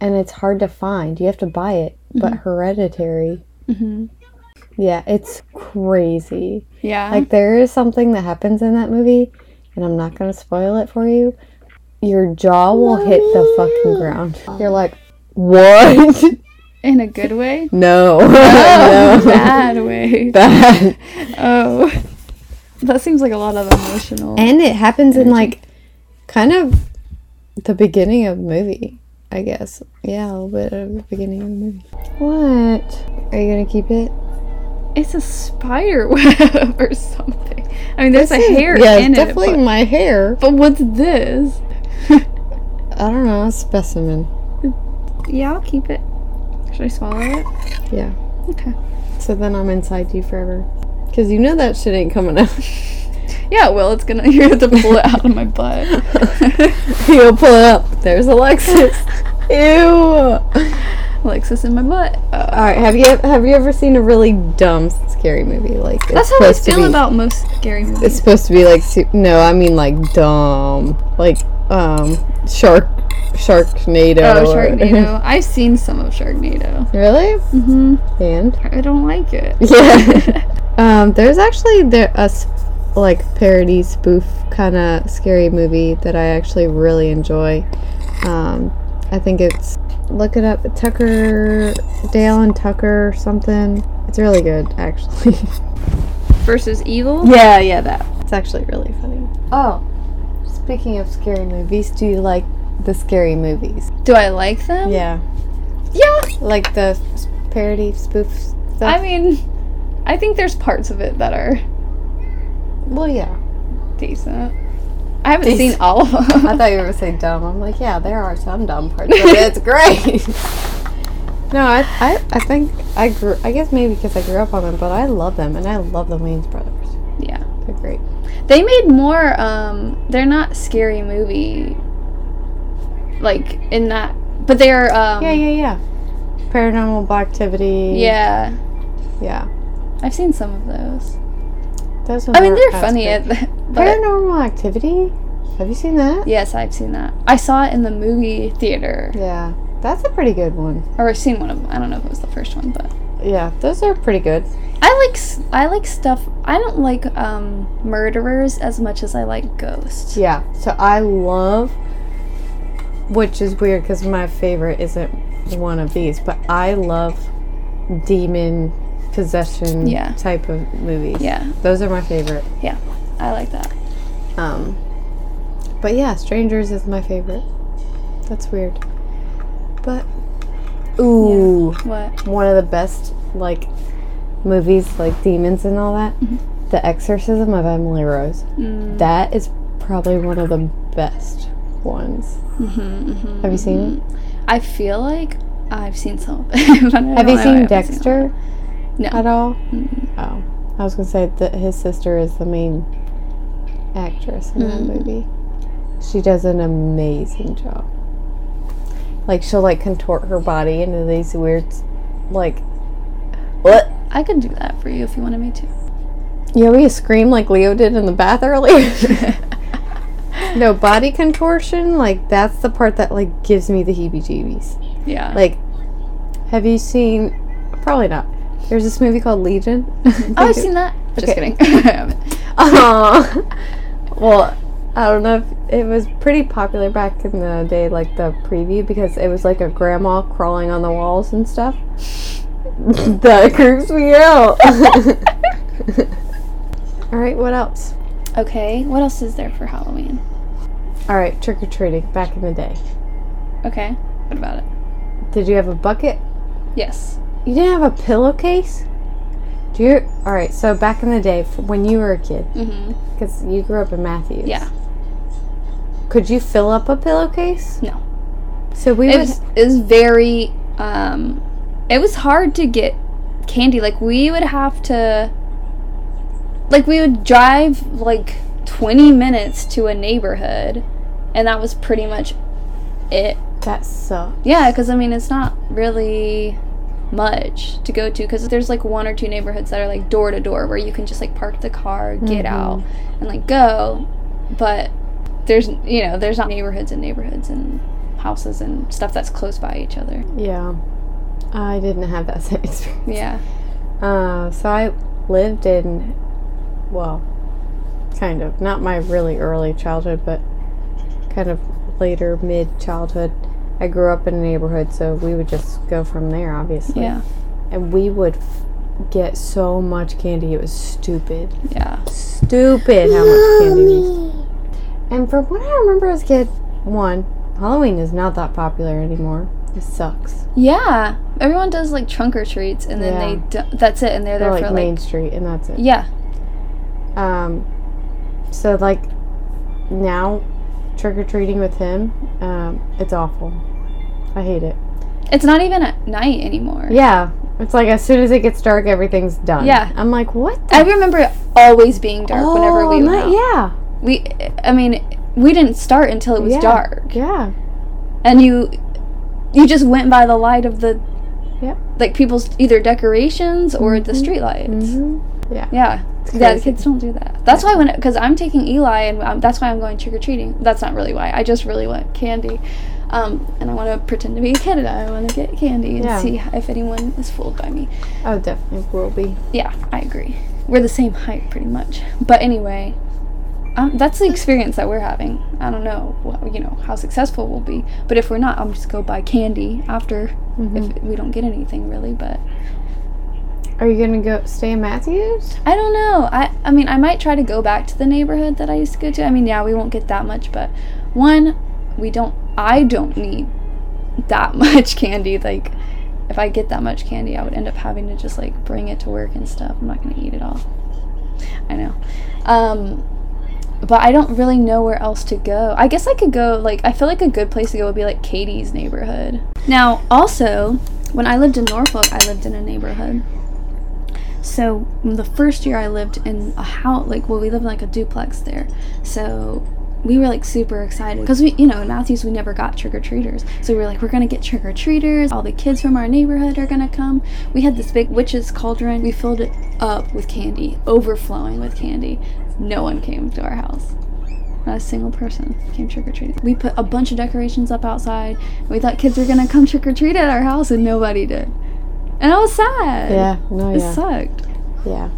S2: and it's hard to find. You have to buy it. But Hereditary.
S1: Mhm.
S2: Yeah, it's crazy.
S1: Yeah.
S2: Like there is something that happens in that movie, and I'm not gonna spoil it for you. Your jaw will hit the fucking ground. You're like, what? <laughs>
S1: in a good way.
S2: no, <laughs>
S1: Oh, <laughs>
S2: no,
S1: bad way.
S2: bad.
S1: Oh, that seems like a lot of emotional.
S2: And it happens in like, kind of, the beginning of the movie. I guess. Yeah, a little bit of the beginning of the movie. What? Are you gonna keep it?
S1: it's a spider <laughs> web or something. I mean, there's a hair
S2: Yeah,
S1: in
S2: definitely
S1: it.
S2: my hair.
S1: But, but what's this?
S2: I don't know, a specimen.
S1: Yeah, I'll keep it. Should I swallow it?
S2: Yeah.
S1: Okay.
S2: So then I'm inside you forever. Cause you know that shit ain't coming out.
S1: Yeah, well, it's gonna. <laughs> You have to pull it out of my butt.
S2: <laughs>
S1: <laughs>
S2: You'll pull it up. There's Alexis. Ew. All
S1: Alexis in my butt. Uh,
S2: right. Have you have you ever seen a really dumb scary movie? Like it's
S1: that's how I
S2: supposed to
S1: feel
S2: be-
S1: about most scary movies.
S2: It's supposed to be like su- no, I mean like dumb, like um shark Sharknado.
S1: Oh,
S2: or-
S1: <laughs> Sharknado. I've seen some of Sharknado.
S2: <laughs> really?
S1: hmm
S2: And
S1: I don't like it.
S2: yeah. <laughs> um, there's actually there a s- like parody spoof kind of scary movie that I actually really enjoy. Um, I think it's look it up Tucker Dale and Tucker something. It's really good actually. <laughs>
S1: Versus Evil.
S2: yeah, yeah, that. It's actually really funny. Oh, speaking of scary movies, do you like the scary movies?
S1: Do I like them?
S2: Yeah,
S1: Yeah,
S2: like the s- parody spoof stuff.
S1: I mean, I think there's parts of it that are
S2: well, yeah.
S1: decent. I haven't
S2: Decent.
S1: seen all of them.
S2: I thought you were gonna say dumb. I'm like, yeah, there are some dumb parts, but it's great. <laughs> no, I, I, I think I grew. I guess maybe because I grew up on them, but I love them, and I love the Wayne's brothers.
S1: <laughs> yeah,
S2: They're great.
S1: they made more. Um, they're not scary movie. Like in that, but they're. Um,
S2: Yeah, yeah, yeah. Paranormal activity.
S1: yeah.
S2: yeah.
S1: I've seen some of those.
S2: Those
S1: I mean,
S2: ones
S1: they're
S2: aren't as
S1: funny.
S2: good.
S1: At
S2: <laughs>
S1: that, but
S2: Paranormal activity. Have you seen that?
S1: yes, I've seen that. I saw it in the movie theater,
S2: Yeah, that's a pretty good one.
S1: or I've seen one of them. I don't know if it was the first one, but
S2: Yeah, those are pretty good.
S1: I like s- I like stuff. I don't like um, murderers as much as I like ghosts.
S2: Yeah. So I love, which is weird because my favorite isn't one of these, but I love demon possession
S1: Yeah.
S2: type of movies.
S1: Yeah,
S2: Those are my favorite.
S1: yeah, I like that.
S2: Um, but yeah, Strangers is my favorite. That's weird. But ooh,
S1: What?
S2: one of the best like movies like demons and all that.
S1: Mm-hmm.
S2: The Exorcism of Emily Rose.
S1: Mm.
S2: That is probably one of the best ones.
S1: Mm-hmm,
S2: Have you seen? it?
S1: I feel like I've seen some. of it, <laughs> but I
S2: Have
S1: don't
S2: you
S1: know, I
S2: seen
S1: haven't all
S2: Dexter?
S1: No.
S2: At all? Oh, I was gonna say that his sister is the main actress in
S1: Mm-hmm.
S2: that movie. She does an amazing job. Like she'll like contort her body into these weird, like, what?
S1: of it. I could do that for you if you wanted me to.
S2: You want me to scream like Leo did in the
S1: <laughs>
S2: bath earlier? no, body contortion. Like that's the part that like gives me the heebie-jeebies.
S1: Yeah.
S2: Like, have you seen? Probably not. There's this movie called Legion.
S1: <laughs> oh, I've seen that. Just
S2: Okay.
S1: kidding.
S2: <laughs>
S1: <laughs>
S2: Aw. well, I don't know if it was pretty popular back in the day, like the preview, because it was like a grandma crawling on the walls and stuff. <laughs> that creeps
S1: <laughs>
S2: me out. <laughs> All right, what else?
S1: okay. What else is there for Halloween?
S2: All right, trick or treating back in the day.
S1: Okay. What about it?
S2: Did you have a bucket?
S1: Yes.
S2: You didn't have a pillowcase? Do you? All right. So back in the day, f- when you were a kid,
S1: Mm-hmm.
S2: because you grew up in Matthews.
S1: Yeah.
S2: Could you fill up a pillowcase?
S1: No.
S2: So we
S1: It
S2: would.
S1: was, it was very. Um, it was hard to get candy. Like we would have to. Like we would drive like 20 minutes to a neighborhood, and that was pretty much it.
S2: That sucked.
S1: Yeah, because I mean, it's not really much to go to because there's like one or two neighborhoods that are like door to door where you can just like park the car, get
S2: Mm-hmm.
S1: out, and like go. But there's, you know, there's not neighborhoods and neighborhoods and houses and stuff that's close by each other.
S2: Yeah. I didn't have that <laughs> same experience.
S1: Yeah.
S2: Uh, so I lived in, well, kind of not my really early childhood, but kind of later mid childhood. I grew up in a neighborhood, so we would just go from there, obviously.
S1: Yeah.
S2: And we would f- get so much candy. It was stupid.
S1: Yeah.
S2: Stupid how much candy we used. And from what I remember as a kid, one, Halloween is not that popular anymore. It sucks.
S1: Yeah. Everyone does like trunk or treats and then they, do- that's it, and they're there
S2: Or like
S1: for like,
S2: Main Street, and that's it.
S1: yeah.
S2: Um, so like now, trick or treating with him, um, it's awful. I hate it.
S1: It's not even at night anymore.
S2: Yeah, it's like as soon as it gets dark, everything's done.
S1: Yeah.
S2: I'm like, what? The
S1: I remember it always being dark whenever we went
S2: hell? Not-
S1: out. we i mean we didn't start until it was
S2: Yeah.
S1: dark
S2: Yeah,
S1: and you you just went by the light of the
S2: Yep.
S1: like people's either decorations or the street lights
S2: yeah. hmm
S1: yeah yeah
S2: crazy.
S1: kids don't do that that's why when because i'm taking eli and i that's why i'm going trick-or-treating that's not really why i just really want candy um, and i want to pretend to be a kid and i want to get candy and
S2: Yeah.
S1: see if anyone is fooled by me
S2: Oh, definitely will be.
S1: yeah i agree we're the same height pretty much but anyway um, that's the experience that we're having i don't know what, you know how successful we'll be but if we're not i'll just go buy candy after if we don't get anything really but
S2: Are you gonna go stay in Matthews?
S1: i don't know i i mean i might try to go back to the neighborhood that i used to go to i mean yeah we won't get that much but one we don't i don't need that <laughs> much candy like if i get that much candy i would end up having to just like bring it to work and stuff i'm not going to eat it all i know um but i don't really know where else to go i guess i could go like i feel like a good place to go would be like katie's neighborhood now also when i lived in norfolk i lived in a neighborhood so the first year i lived in a house like well we lived in like a duplex there so we were like super excited because we, you know, in Matthews we never got trick or treaters. So we were like, we're gonna get trick or treaters. All the kids from our neighborhood are gonna come. We had this big witch's cauldron. We filled it up with candy, overflowing with candy. No one came to our house. Not a single person came trick or treating. We put a bunch of decorations up outside. And we thought kids were gonna come trick or treat at our house, and nobody did. And I was sad.
S2: Yeah, no,
S1: It
S2: yeah.
S1: sucked.
S2: Yeah.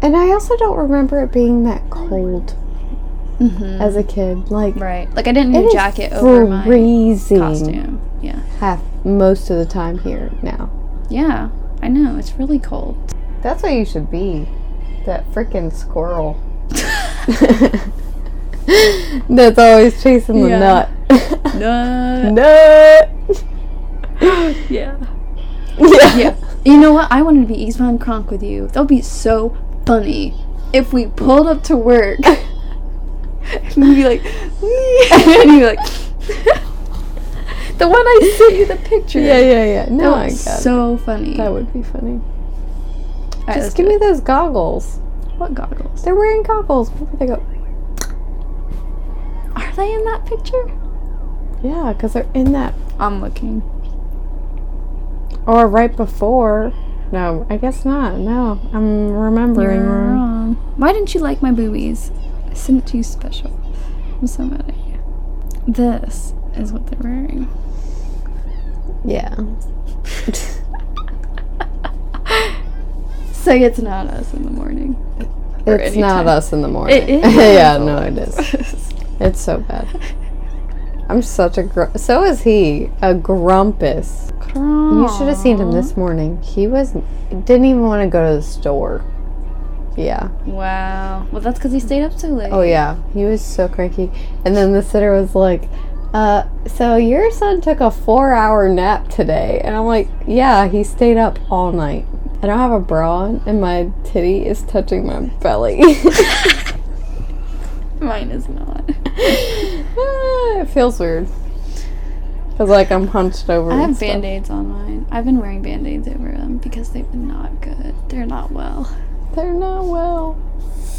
S2: And I also don't remember it being that cold
S1: Mm-hmm.
S2: as a kid. Like
S1: Right. Like I didn't need
S2: it
S1: a
S2: is
S1: jacket over my
S2: freezing
S1: costume. Yeah.
S2: half most of the time here now.
S1: Yeah. I know. It's really cold. <laughs>
S2: That's what you should be. That freaking squirrel. <laughs> That's always chasing the
S1: Yeah. <laughs>
S2: nut.
S1: No.
S2: nut.
S1: Yeah.
S2: <laughs> Yeah.
S1: Yeah. You know what? I wanted to be East Von Kronk with you. That would be so funny if we pulled up to work. <laughs> and we'd be like, <laughs> and you'd be like, <laughs> the one I sent you the picture.
S2: Yeah, yeah, yeah.
S1: That
S2: No, I
S1: was
S2: got it.
S1: so funny.
S2: Oh That would be funny.
S1: All right, let's
S2: Just give
S1: do
S2: me
S1: it.
S2: those goggles.
S1: what goggles?
S2: They're wearing goggles. Where would they go?
S1: Are they in that picture?
S2: Yeah, because they're in that.
S1: I'm looking.
S2: Or right before. No, I guess not. No, I'm remembering
S1: You're
S2: wrong.
S1: wrong. Why didn't you like my boobies? I sent it to you special. I'm so mad at you. This is what they're wearing.
S2: Yeah.
S1: So it's not us in the morning. <laughs> Or
S2: It's not
S1: anytime.
S2: us in the morning. <laughs>
S1: is.
S2: yeah, no, it is.
S1: <laughs>
S2: It's so bad. I'm such a gr- so is he a grumpus. You should have seen him this morning. He was didn't even want to go to the store. Yeah.
S1: Wow. Well, that's because he stayed up so late.
S2: Oh yeah. He was so cranky. And then the sitter was like, "Uh, so your son took a four-hour nap today?" And I'm like, "Yeah, he stayed up all night. I don't have a bra on, and my titty is touching my belly." <laughs>
S1: Mine is
S2: <laughs>
S1: not.
S2: Ah, it feels weird. Cause like I'm hunched over.
S1: I
S2: and
S1: have
S2: stuff.
S1: band aids on mine. I've been wearing band aids over them because they've been not good. They're not well.
S2: They're not well.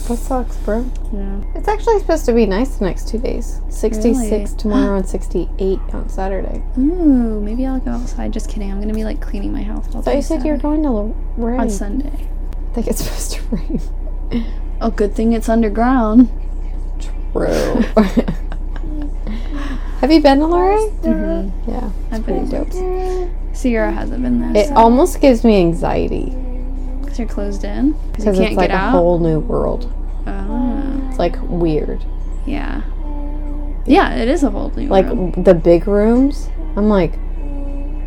S2: That sucks, bro.
S1: Yeah.
S2: It's actually supposed to be nice the next two days. 66
S1: Really?
S2: tomorrow and 68 on Saturday.
S1: Ooh, maybe I'll go outside. Just kidding. I'm gonna be like cleaning my house all
S2: I thought you said you were going to Lo- rain.
S1: on Sunday.
S2: I think it's supposed to rain.
S1: Oh, good thing it's underground.
S2: Bro. have you been to Lorraine?
S1: Mm-hmm.
S2: Yeah,
S1: I've
S2: pretty
S1: been.
S2: dope.
S1: Sierra hasn't been there.
S2: It almost gives me anxiety
S1: Because you're closed in. Because you
S2: because
S1: can't
S2: it's like
S1: get
S2: a
S1: out.
S2: whole new world.
S1: Oh,
S2: It's like weird.
S1: yeah. Yeah, it is a whole new
S2: Like
S1: world.
S2: the big rooms. I'm like,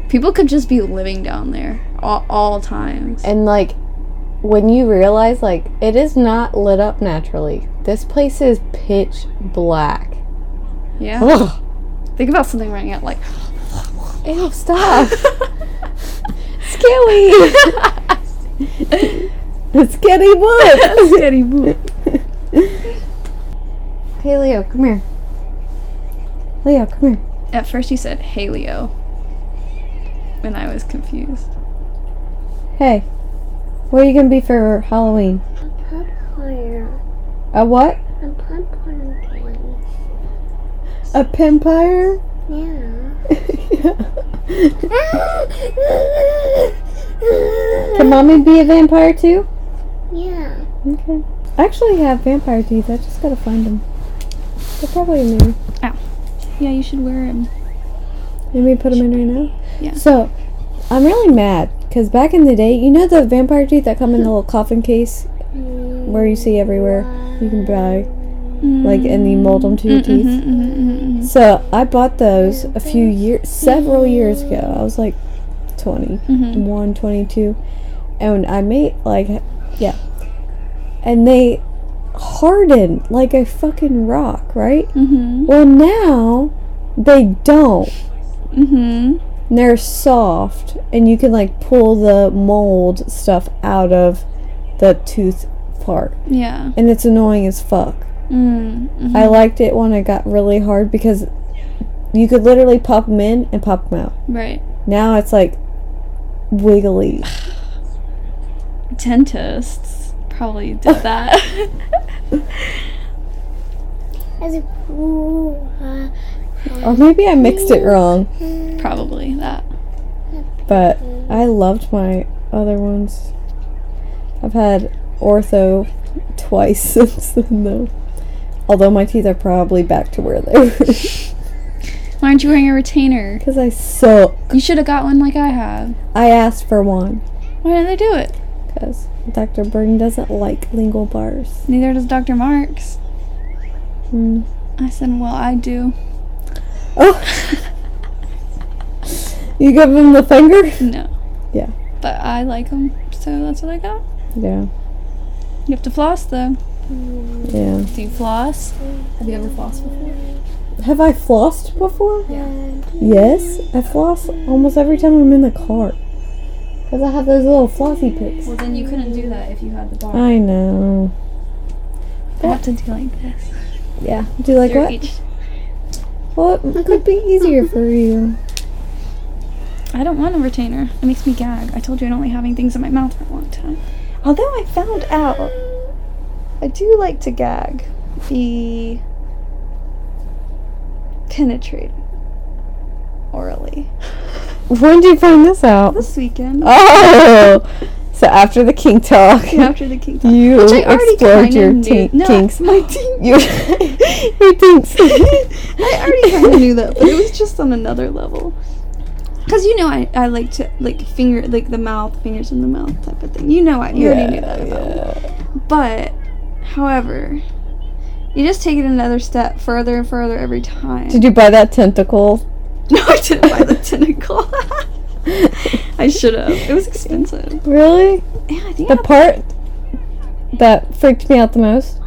S1: People could just be living down there all, all times.
S2: And like when you realize like it is not lit up naturally. This place is pitch black.
S1: Yeah.
S2: Ugh.
S1: Think about something running out like
S2: Ew, stop. <laughs> Scary. Scary <laughs> wood.
S1: Daddy Boo.
S2: Hey Leo, come here. Leo, come here.
S1: At first you said Haleo. And I was confused.
S2: Hey. What are you gonna be for Halloween?
S4: Pump fire.
S2: A what?
S4: I'm pump fire.
S2: A pimpire?
S4: Yeah.
S2: <laughs> Can mommy be a vampire too?
S4: Yeah.
S2: Okay. I actually have vampire teeth. I just gotta find them. They're probably in there.
S1: Yeah, you should wear him.
S2: Let me put them in right now.
S1: Yeah.
S2: So, I'm really mad because back in the day, you know the vampire teeth that come in the little coffin case where you see everywhere you can buy, like, and you mold them to your
S1: Mm-hmm,
S2: teeth. So I bought those a few years, several years ago. I was like 20,
S1: Mm-hmm.
S2: 1, 22, and I made like, yeah, and they hardened like a fucking rock, right?
S1: Mm-hmm.
S2: Well, now they don't.
S1: Mm-hmm.
S2: And they're soft and you can like pull the mold stuff out of the tooth part
S1: Yeah.
S2: and it's annoying as fuck
S1: Mm-hmm.
S2: i liked it when it got really hard because you could literally pop them in and pop them out
S1: Right.
S2: now it's like wiggly
S1: Dentists probably
S2: <laughs>
S1: did that.
S4: As a ooh, uh,
S2: or maybe i mixed it wrong
S1: probably that.
S2: but i loved my other ones i've had ortho twice <laughs> since then though although my teeth are probably back to where they were
S1: Why aren't you wearing a retainer?
S2: because i suck
S1: You should have got one like I have.
S2: I asked for one
S1: Why didn't they do it?
S2: because
S9: Dr. Burton doesn't like lingual bars.
S1: Neither does Dr. Marks.
S9: Hmm.
S1: I said, well, I do.
S9: Oh! <laughs> you give him the finger?
S1: No.
S9: Yeah.
S1: But I like them, so that's what I got.
S9: Yeah.
S1: You have to floss, though.
S9: Yeah.
S1: Do you floss?
S10: Have you ever flossed before?
S9: Have I flossed before?
S10: Yeah.
S9: Yes, I floss almost every time I'm in the car. Because I have those little flossy picks.
S10: Well, then you couldn't do that if you had the bar.
S9: I know.
S1: I have to do like this.
S9: Yeah. Do you like
S1: They're
S9: what?
S1: each-
S9: Well, it could be easier for you.
S1: I don't want a retainer. It makes me gag. I told you I don't like having things in my mouth for a long time. Although I found out, I do like to gag, be penetrated orally.
S2: When did you find this out?
S1: This weekend,
S2: Oh, so after the kink talk,
S1: <laughs> after the kink talk,
S2: you
S1: which I already
S2: explored
S1: kinda
S2: your
S1: knew.
S2: tink-
S1: no,
S2: kinks.
S1: <laughs> my tink.
S2: You, your tinks.
S1: <laughs> I already kind
S2: <laughs>
S1: of knew that, but it was just on another level. Cause you know I, I like to like finger like the mouth fingers in the mouth type of thing. You know I you already knew that about me. But however, you just take it another step further and further every time.
S2: Did you buy that tentacle?
S1: <laughs> no, I didn't buy the tentacle. <laughs> I should have. It was expensive.
S2: Really?
S1: Yeah, I think. I
S2: The
S1: had-
S2: part that freaked me out the most,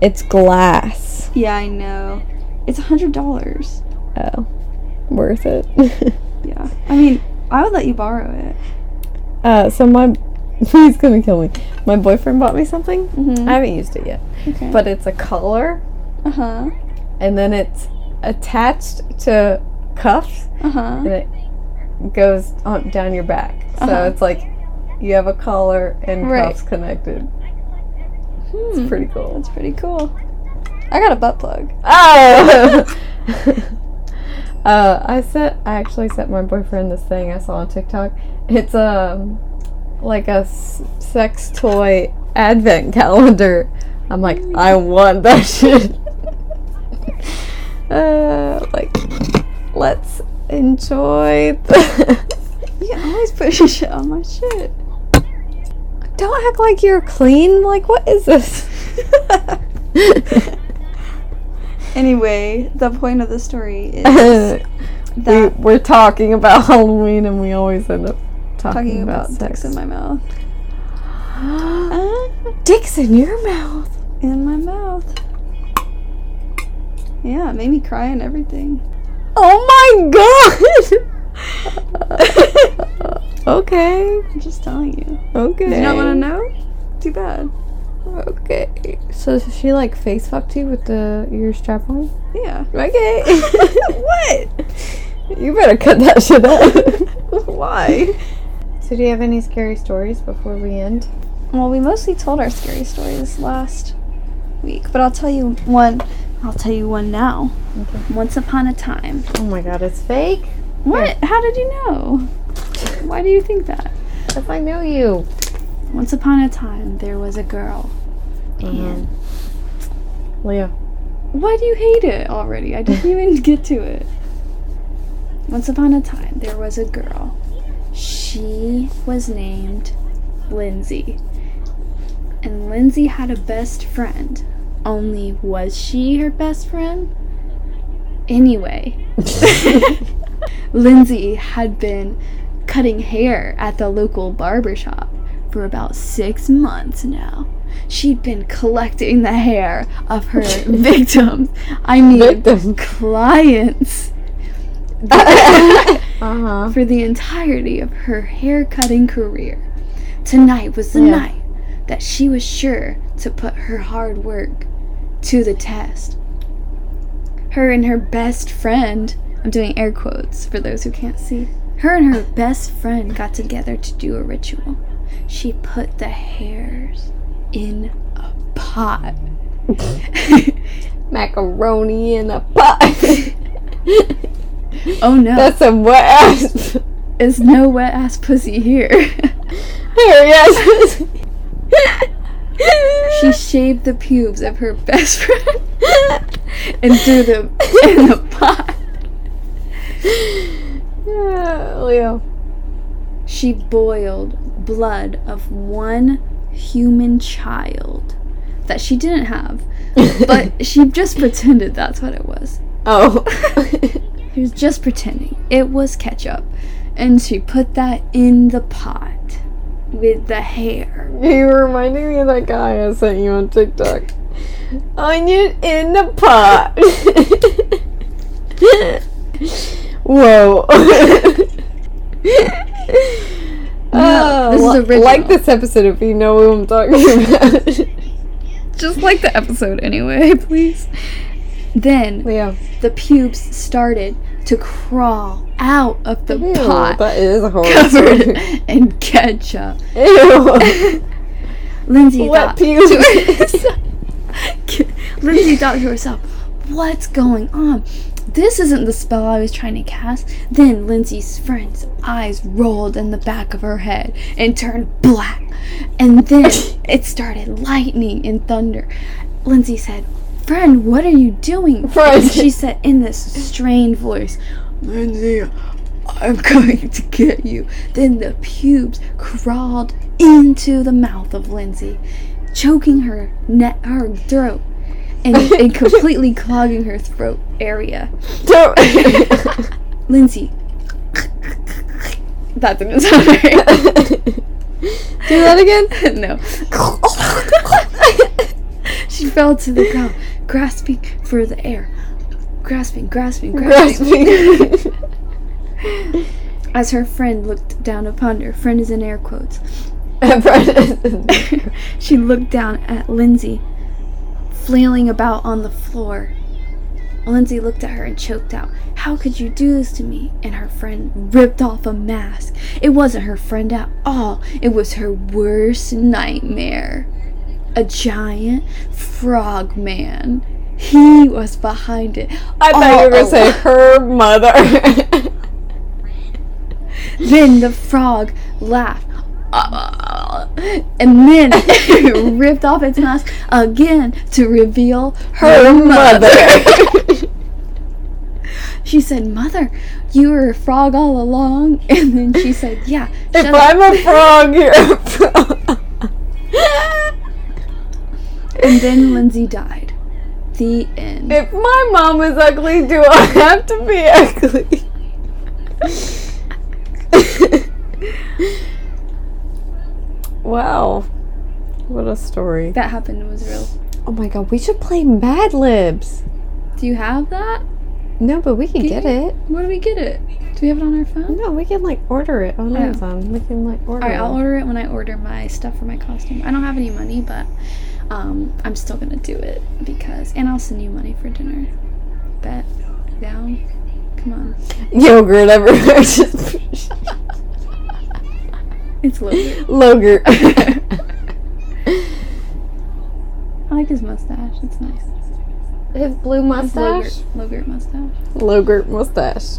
S2: it's glass.
S1: yeah, I know. It's a hundred dollars.
S2: Oh, worth it. <laughs>
S1: Yeah. I mean, I would let you borrow it.
S2: uh, so my, <laughs> he's gonna kill me. My boyfriend bought me something.
S1: Mhm.
S2: I haven't used it yet,
S1: Okay.
S2: Mm-hmm. but it's a collar,
S1: uh huh.
S2: and then it's attached to cuffs,
S1: Uh huh.
S2: and it goes on down your back.
S1: Uh-huh.
S2: So it's like you have a collar and
S1: Right.
S2: cuffs connected.
S1: Hmm.
S2: It's pretty cool.
S1: That's pretty cool. I got a butt plug.
S2: Oh. <laughs> uh, I sent. I actually sent my boyfriend this thing I saw on TikTok. It's um like a s- sex toy advent <laughs> calendar. I'm like, I want that <laughs> shit. uh, like, let's enjoy. <laughs> The
S1: You can always put your <laughs> shit on my shit.
S2: Don't act like you're clean. Like, what
S1: <laughs>
S2: is this?
S1: Anyway, the point of the story
S2: <laughs>
S1: is
S2: we,
S1: that
S2: we're talking about <laughs> Halloween and we always end up talking,
S1: talking
S2: about,
S1: about dicks
S2: sex. <gasps>
S1: in my mouth.
S2: dicks in your mouth.
S1: In my mouth. Yeah, it made me cry and everything.
S2: Oh my god. <laughs> okay.
S1: I'm just telling you.
S2: Okay.
S1: Do you not want to know? Too bad.
S2: Okay. So she like face fucked you with the your strap on?
S1: Yeah.
S2: Okay. <laughs>
S1: what?
S2: you better cut that shit <laughs> out.
S1: Why?
S2: so do you have any scary stories before we end?
S1: Well, we mostly told our scary stories last week, but I'll tell you one. I'll tell you one now. Once upon a time.
S2: Oh my god, it's fake.
S1: What? How did you know? Why do you think that?
S2: If I know you.
S1: Once upon a time, there was a girl. And
S2: Leah.
S1: why do you hate it already? I didn't even get to it. Once upon a time, there was a girl. She was named Lindsay. And Lindsay had a best friend. Only was she her best friend? Anyway, Lindsay had been cutting hair at the local barber shop for about six months now. She'd been collecting the hair of
S2: <laughs>
S1: her victims. I mean,
S2: Victims.
S1: clients
S2: <laughs>
S1: <laughs>
S2: Uh-huh.
S1: for the entirety of her hair cutting career. Tonight was the night that she was sure to put her hard work to the test. Her and her best friend, I'm doing air quotes for those who can't see, her and her best friend got together to do a ritual. She put the hairs in a pot.
S2: Macaroni in a pot.
S1: <laughs>
S2: <laughs>
S1: Oh no,
S2: That's a wet ass. <laughs>
S1: there's no wet ass pussy here. <laughs>
S2: Hairy ass.
S1: She shaved the pubes of her best friend <laughs> and threw them in the pot.
S2: Yeah, <laughs> Leo.
S1: She boiled blood of one human child that she didn't have, but she just pretended that's what it was.
S2: <laughs> Oh. <laughs>
S1: She was just pretending. It was ketchup. And she put that in the pot with the hair.
S2: <laughs> You were reminding me of that guy I sent you on TikTok. Onion in the pot. <laughs> Whoa. <laughs>
S1: No, this is
S2: Uh, li-
S1: original.
S2: Like this episode if you know who I'm talking <laughs> about.
S1: Just like the episode, anyway, <laughs> please. Then
S2: yeah.
S1: the pubes started to crawl out of the
S2: Ew,
S1: pot,
S2: That is horrible.
S1: <laughs> covered in ketchup.
S2: Ew.
S1: Lindsay thought
S2: Wet
S1: to herself, <laughs> Lindsay thought to herself, "What's going on? This isn't the spell I was trying to cast." Then Lindsay's friend's eyes rolled in the back of her head and turned black, and then it started lightning and thunder. Lindsay said, "Friend, what are you doing?"
S2: Friend.
S1: And she said in this strained voice, "Lindsay." I'm going to get you. Then the pubes crawled into the mouth of Lindsay, choking her neck, her throat, and, and completely clogging her throat area. <laughs> Lindsay. That didn't sound right.
S2: <laughs> Do that again?
S1: <laughs>
S2: <laughs>
S1: no. she fell to the ground, grasping for the air. Grasping, grasping, grasping.
S2: Grasping. <laughs>
S1: As her friend looked down upon her, friend is in air quotes. <laughs> she looked down at Lindsay, flailing about on the floor. Lindsay looked at her and choked out, How could you do this to me? And her friend ripped off a mask. It wasn't her friend at all, it was her worst nightmare. A giant frog man. He was behind it.
S2: I thought you were going
S1: Oh.
S2: to say her <laughs> mother.
S1: Then the frog laughed. <laughs> And then it ripped off its mask again to reveal her mother.
S2: <laughs>
S1: she said, Mother, you were a frog all along. <laughs> And then she said, Yeah, shut up."
S2: if I'm a frog, you're a frog.
S1: And then Lindsay died. The end.
S2: If my mom is ugly, do I have to be ugly? <laughs> wow. What a story.
S1: that happened and was real.
S2: Oh my god, we should play Mad Libs.
S1: Do you have that?
S2: No, but we can
S1: Can
S2: get
S1: you-
S2: it.
S1: Where do we get it? Do we have it on our phone?
S2: No, we can like order it on
S1: Oh.
S2: Amazon. We can like order
S1: All right, I'll
S2: it.
S1: order it when I order my stuff for my costume. I don't have any money, but um, I'm still gonna do it because, and I'll send you money for dinner. Bet down. Come on,
S2: Yogurt everywhere. <laughs> Just
S1: it's loaded.
S2: Logurt.
S1: I like his mustache. It's nice.
S2: <laughs> His blue
S1: His
S2: mustache.
S1: Logurt, Logurt mustache.
S2: Logurt mustache.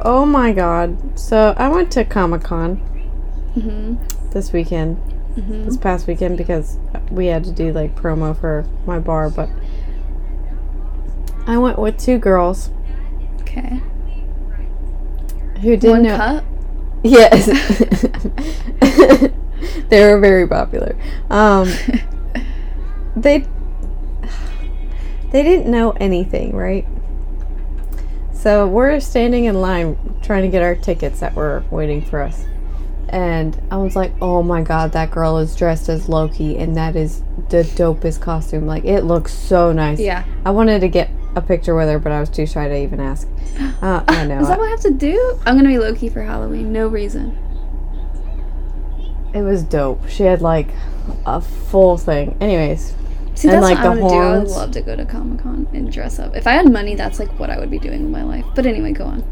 S2: Oh my god. So I went to Comic Con
S1: Mhm.
S2: this weekend, this past weekend, because we had to do like promo for my bar, but I went with two girls
S1: Okay.
S2: who didn't
S1: One
S2: know.
S1: cup.
S2: <laughs> Yes. <laughs> they were very popular. Um, they they didn't know anything, right? So we're standing in line trying to get our tickets that were waiting for us. And I was like, "Oh my god, that girl is dressed as Loki and that is the dopest costume. Like it looks so
S1: <laughs>
S2: nice."
S1: Yeah.
S2: I wanted to get a picture with her, but I was too shy to even ask. Uh,
S1: <gasps>
S2: I know.
S1: Is that what I have to do? I'm gonna be Loki for Halloween. No reason.
S2: It was dope. She had like a full thing. Anyways,
S1: See,
S2: And,
S1: that's
S2: like,
S1: what I
S2: the
S1: want to do. I would
S2: horns.
S1: love to go to Comic Con and dress up. If I had money, that's like what I would be doing with my life. But anyway, go on.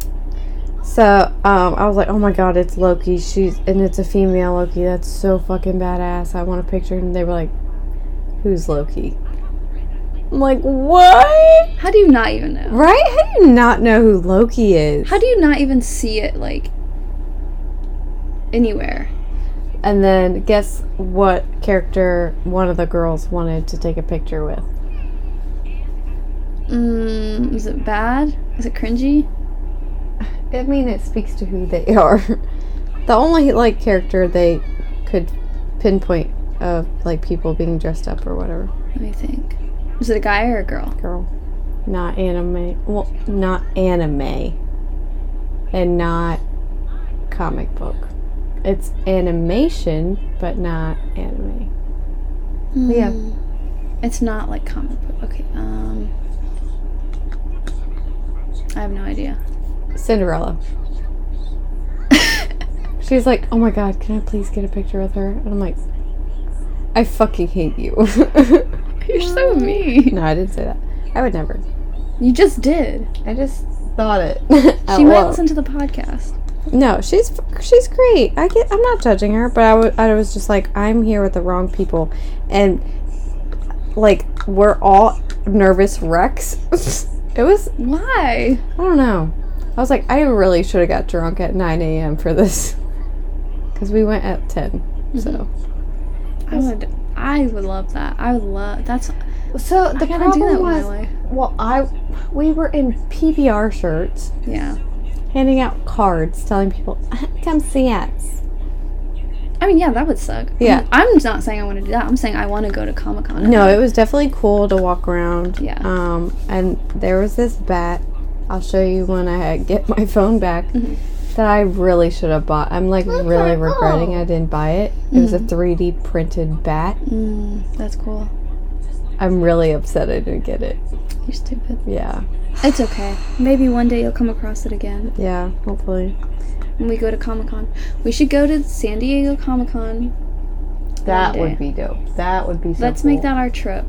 S2: so um, I was like, oh my god, it's Loki. She's and it's a female Loki. That's so fucking badass. I want a picture. And they were like, who's Loki? I'm like, what?
S1: How do you not even know?
S2: Right? How do you not know who Loki is?
S1: How do you not even see it like anywhere?
S2: and then guess what character one of the girls wanted to take a picture with?
S1: Mm, is it bad? Is it cringy?
S2: I <laughs> mean, it speaks to who they are. The only like character they could pinpoint of like people being dressed up or whatever.
S1: Let me think. Was it a guy or a girl?
S2: Girl. Not anime. Well, not anime. And not comic book. It's animation, but not anime. Yeah.
S1: It's not like comic book. Okay. Um. I have no idea. <laughs>
S2: Cinderella. She's like, oh my god, can I please get a picture with her? And I'm like, I fucking hate you. <laughs>
S1: You're
S2: Mm.
S1: so mean.
S2: no, I didn't say that. I would never.
S1: You just did.
S2: I just thought it. <laughs> Oh,
S1: She might listen to the podcast.
S2: No, she's she's great. I get. I'm not judging her, but I wa- I was just like, I'm here with the wrong people, and like we're all nervous wrecks. <laughs> it was.
S1: Why?
S2: I don't know. I was like, I really should have got drunk at 9 a.m. for this, <laughs> because we went at 10. So.
S1: I would. I would love that. I would love. That's.
S2: So
S1: I
S2: the
S1: gotta do that
S2: problem
S1: with my
S2: was,
S1: life.
S2: well, I we were in PBR shirts,
S1: Yeah.
S2: handing out cards, telling people, <laughs> "Come see us."
S1: I mean, yeah, that would suck.
S2: Yeah.
S1: I'm not saying I want to do that. I'm saying I want to go to Comic Con.
S2: No, it was definitely cool to walk around.
S1: Yeah.
S2: Um, and there was this bat. I'll show you when I get my phone back. That I really should have bought. I'm like really regretting I didn't buy it. It was a 3D printed bat.
S1: Mm, that's cool.
S2: I'm really upset I didn't get it.
S1: You're stupid.
S2: Yeah.
S1: It's okay. Maybe one day you'll come across it again
S2: Yeah. Hopefully.
S1: when we go to Comic Con. We should go to San Diego Comic Con.
S2: That
S1: day.
S2: would be dope. That would be. So
S1: Let's
S2: cool.
S1: make that our trip.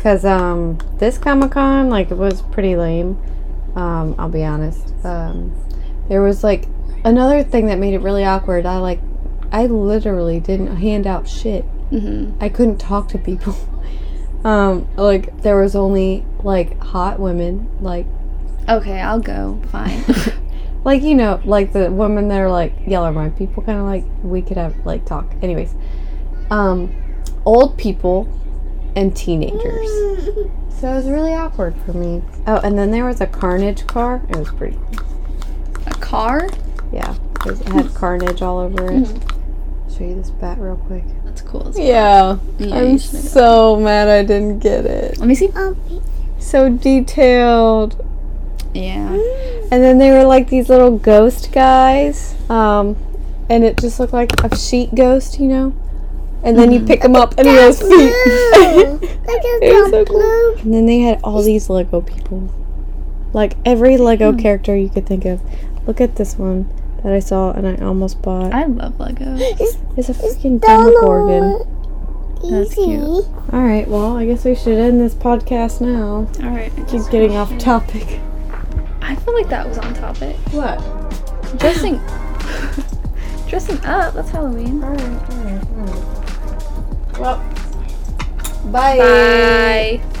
S2: Cause um, this Comic Con like it was pretty lame. Um, I'll be honest. Um, there was like another thing that made it really awkward. I like, I literally didn't hand out shit.
S1: Mm-hmm.
S2: I couldn't talk to people. <laughs> um, like there was only like hot women, like
S1: Okay, I'll go. Fine. <laughs>
S2: like you know, like the women that are like yellow my people, kind of like we could have like talk. Anyways, um, old people and <laughs> teenagers. So it was really awkward for me. Oh, and then there was a Carnage car. It was pretty.
S1: a car?
S2: Yeah, it, was- it <laughs> had Carnage all over it. Show you this bat real quick.
S1: That's cool. as-
S2: Mm-hmm. Yeah,
S1: Yeah, you
S2: I'm
S1: should make it.
S2: so mad I didn't get it.
S1: Let me see.
S2: So detailed.
S1: Yeah.
S2: And then they were like these little ghost guys. Um, and it just looked like a sheet ghost, you know. And then you pick them up and those feet. <laughs> It was so cool. And then they had all these Lego people. Like every Lego character you could think of. Look at this one that I saw and I almost bought.
S1: I love Lego.
S2: it's a freaking Demogorgon.
S1: That's cute.
S2: Alright, well, I guess we should end this podcast now.
S1: All right. I
S2: Keep
S1: guess-
S2: getting off topic.
S1: I feel like that was on topic.
S2: What?
S1: Dressing. <laughs> Dressing up. That's Halloween.
S2: Well, bye.
S1: Bye.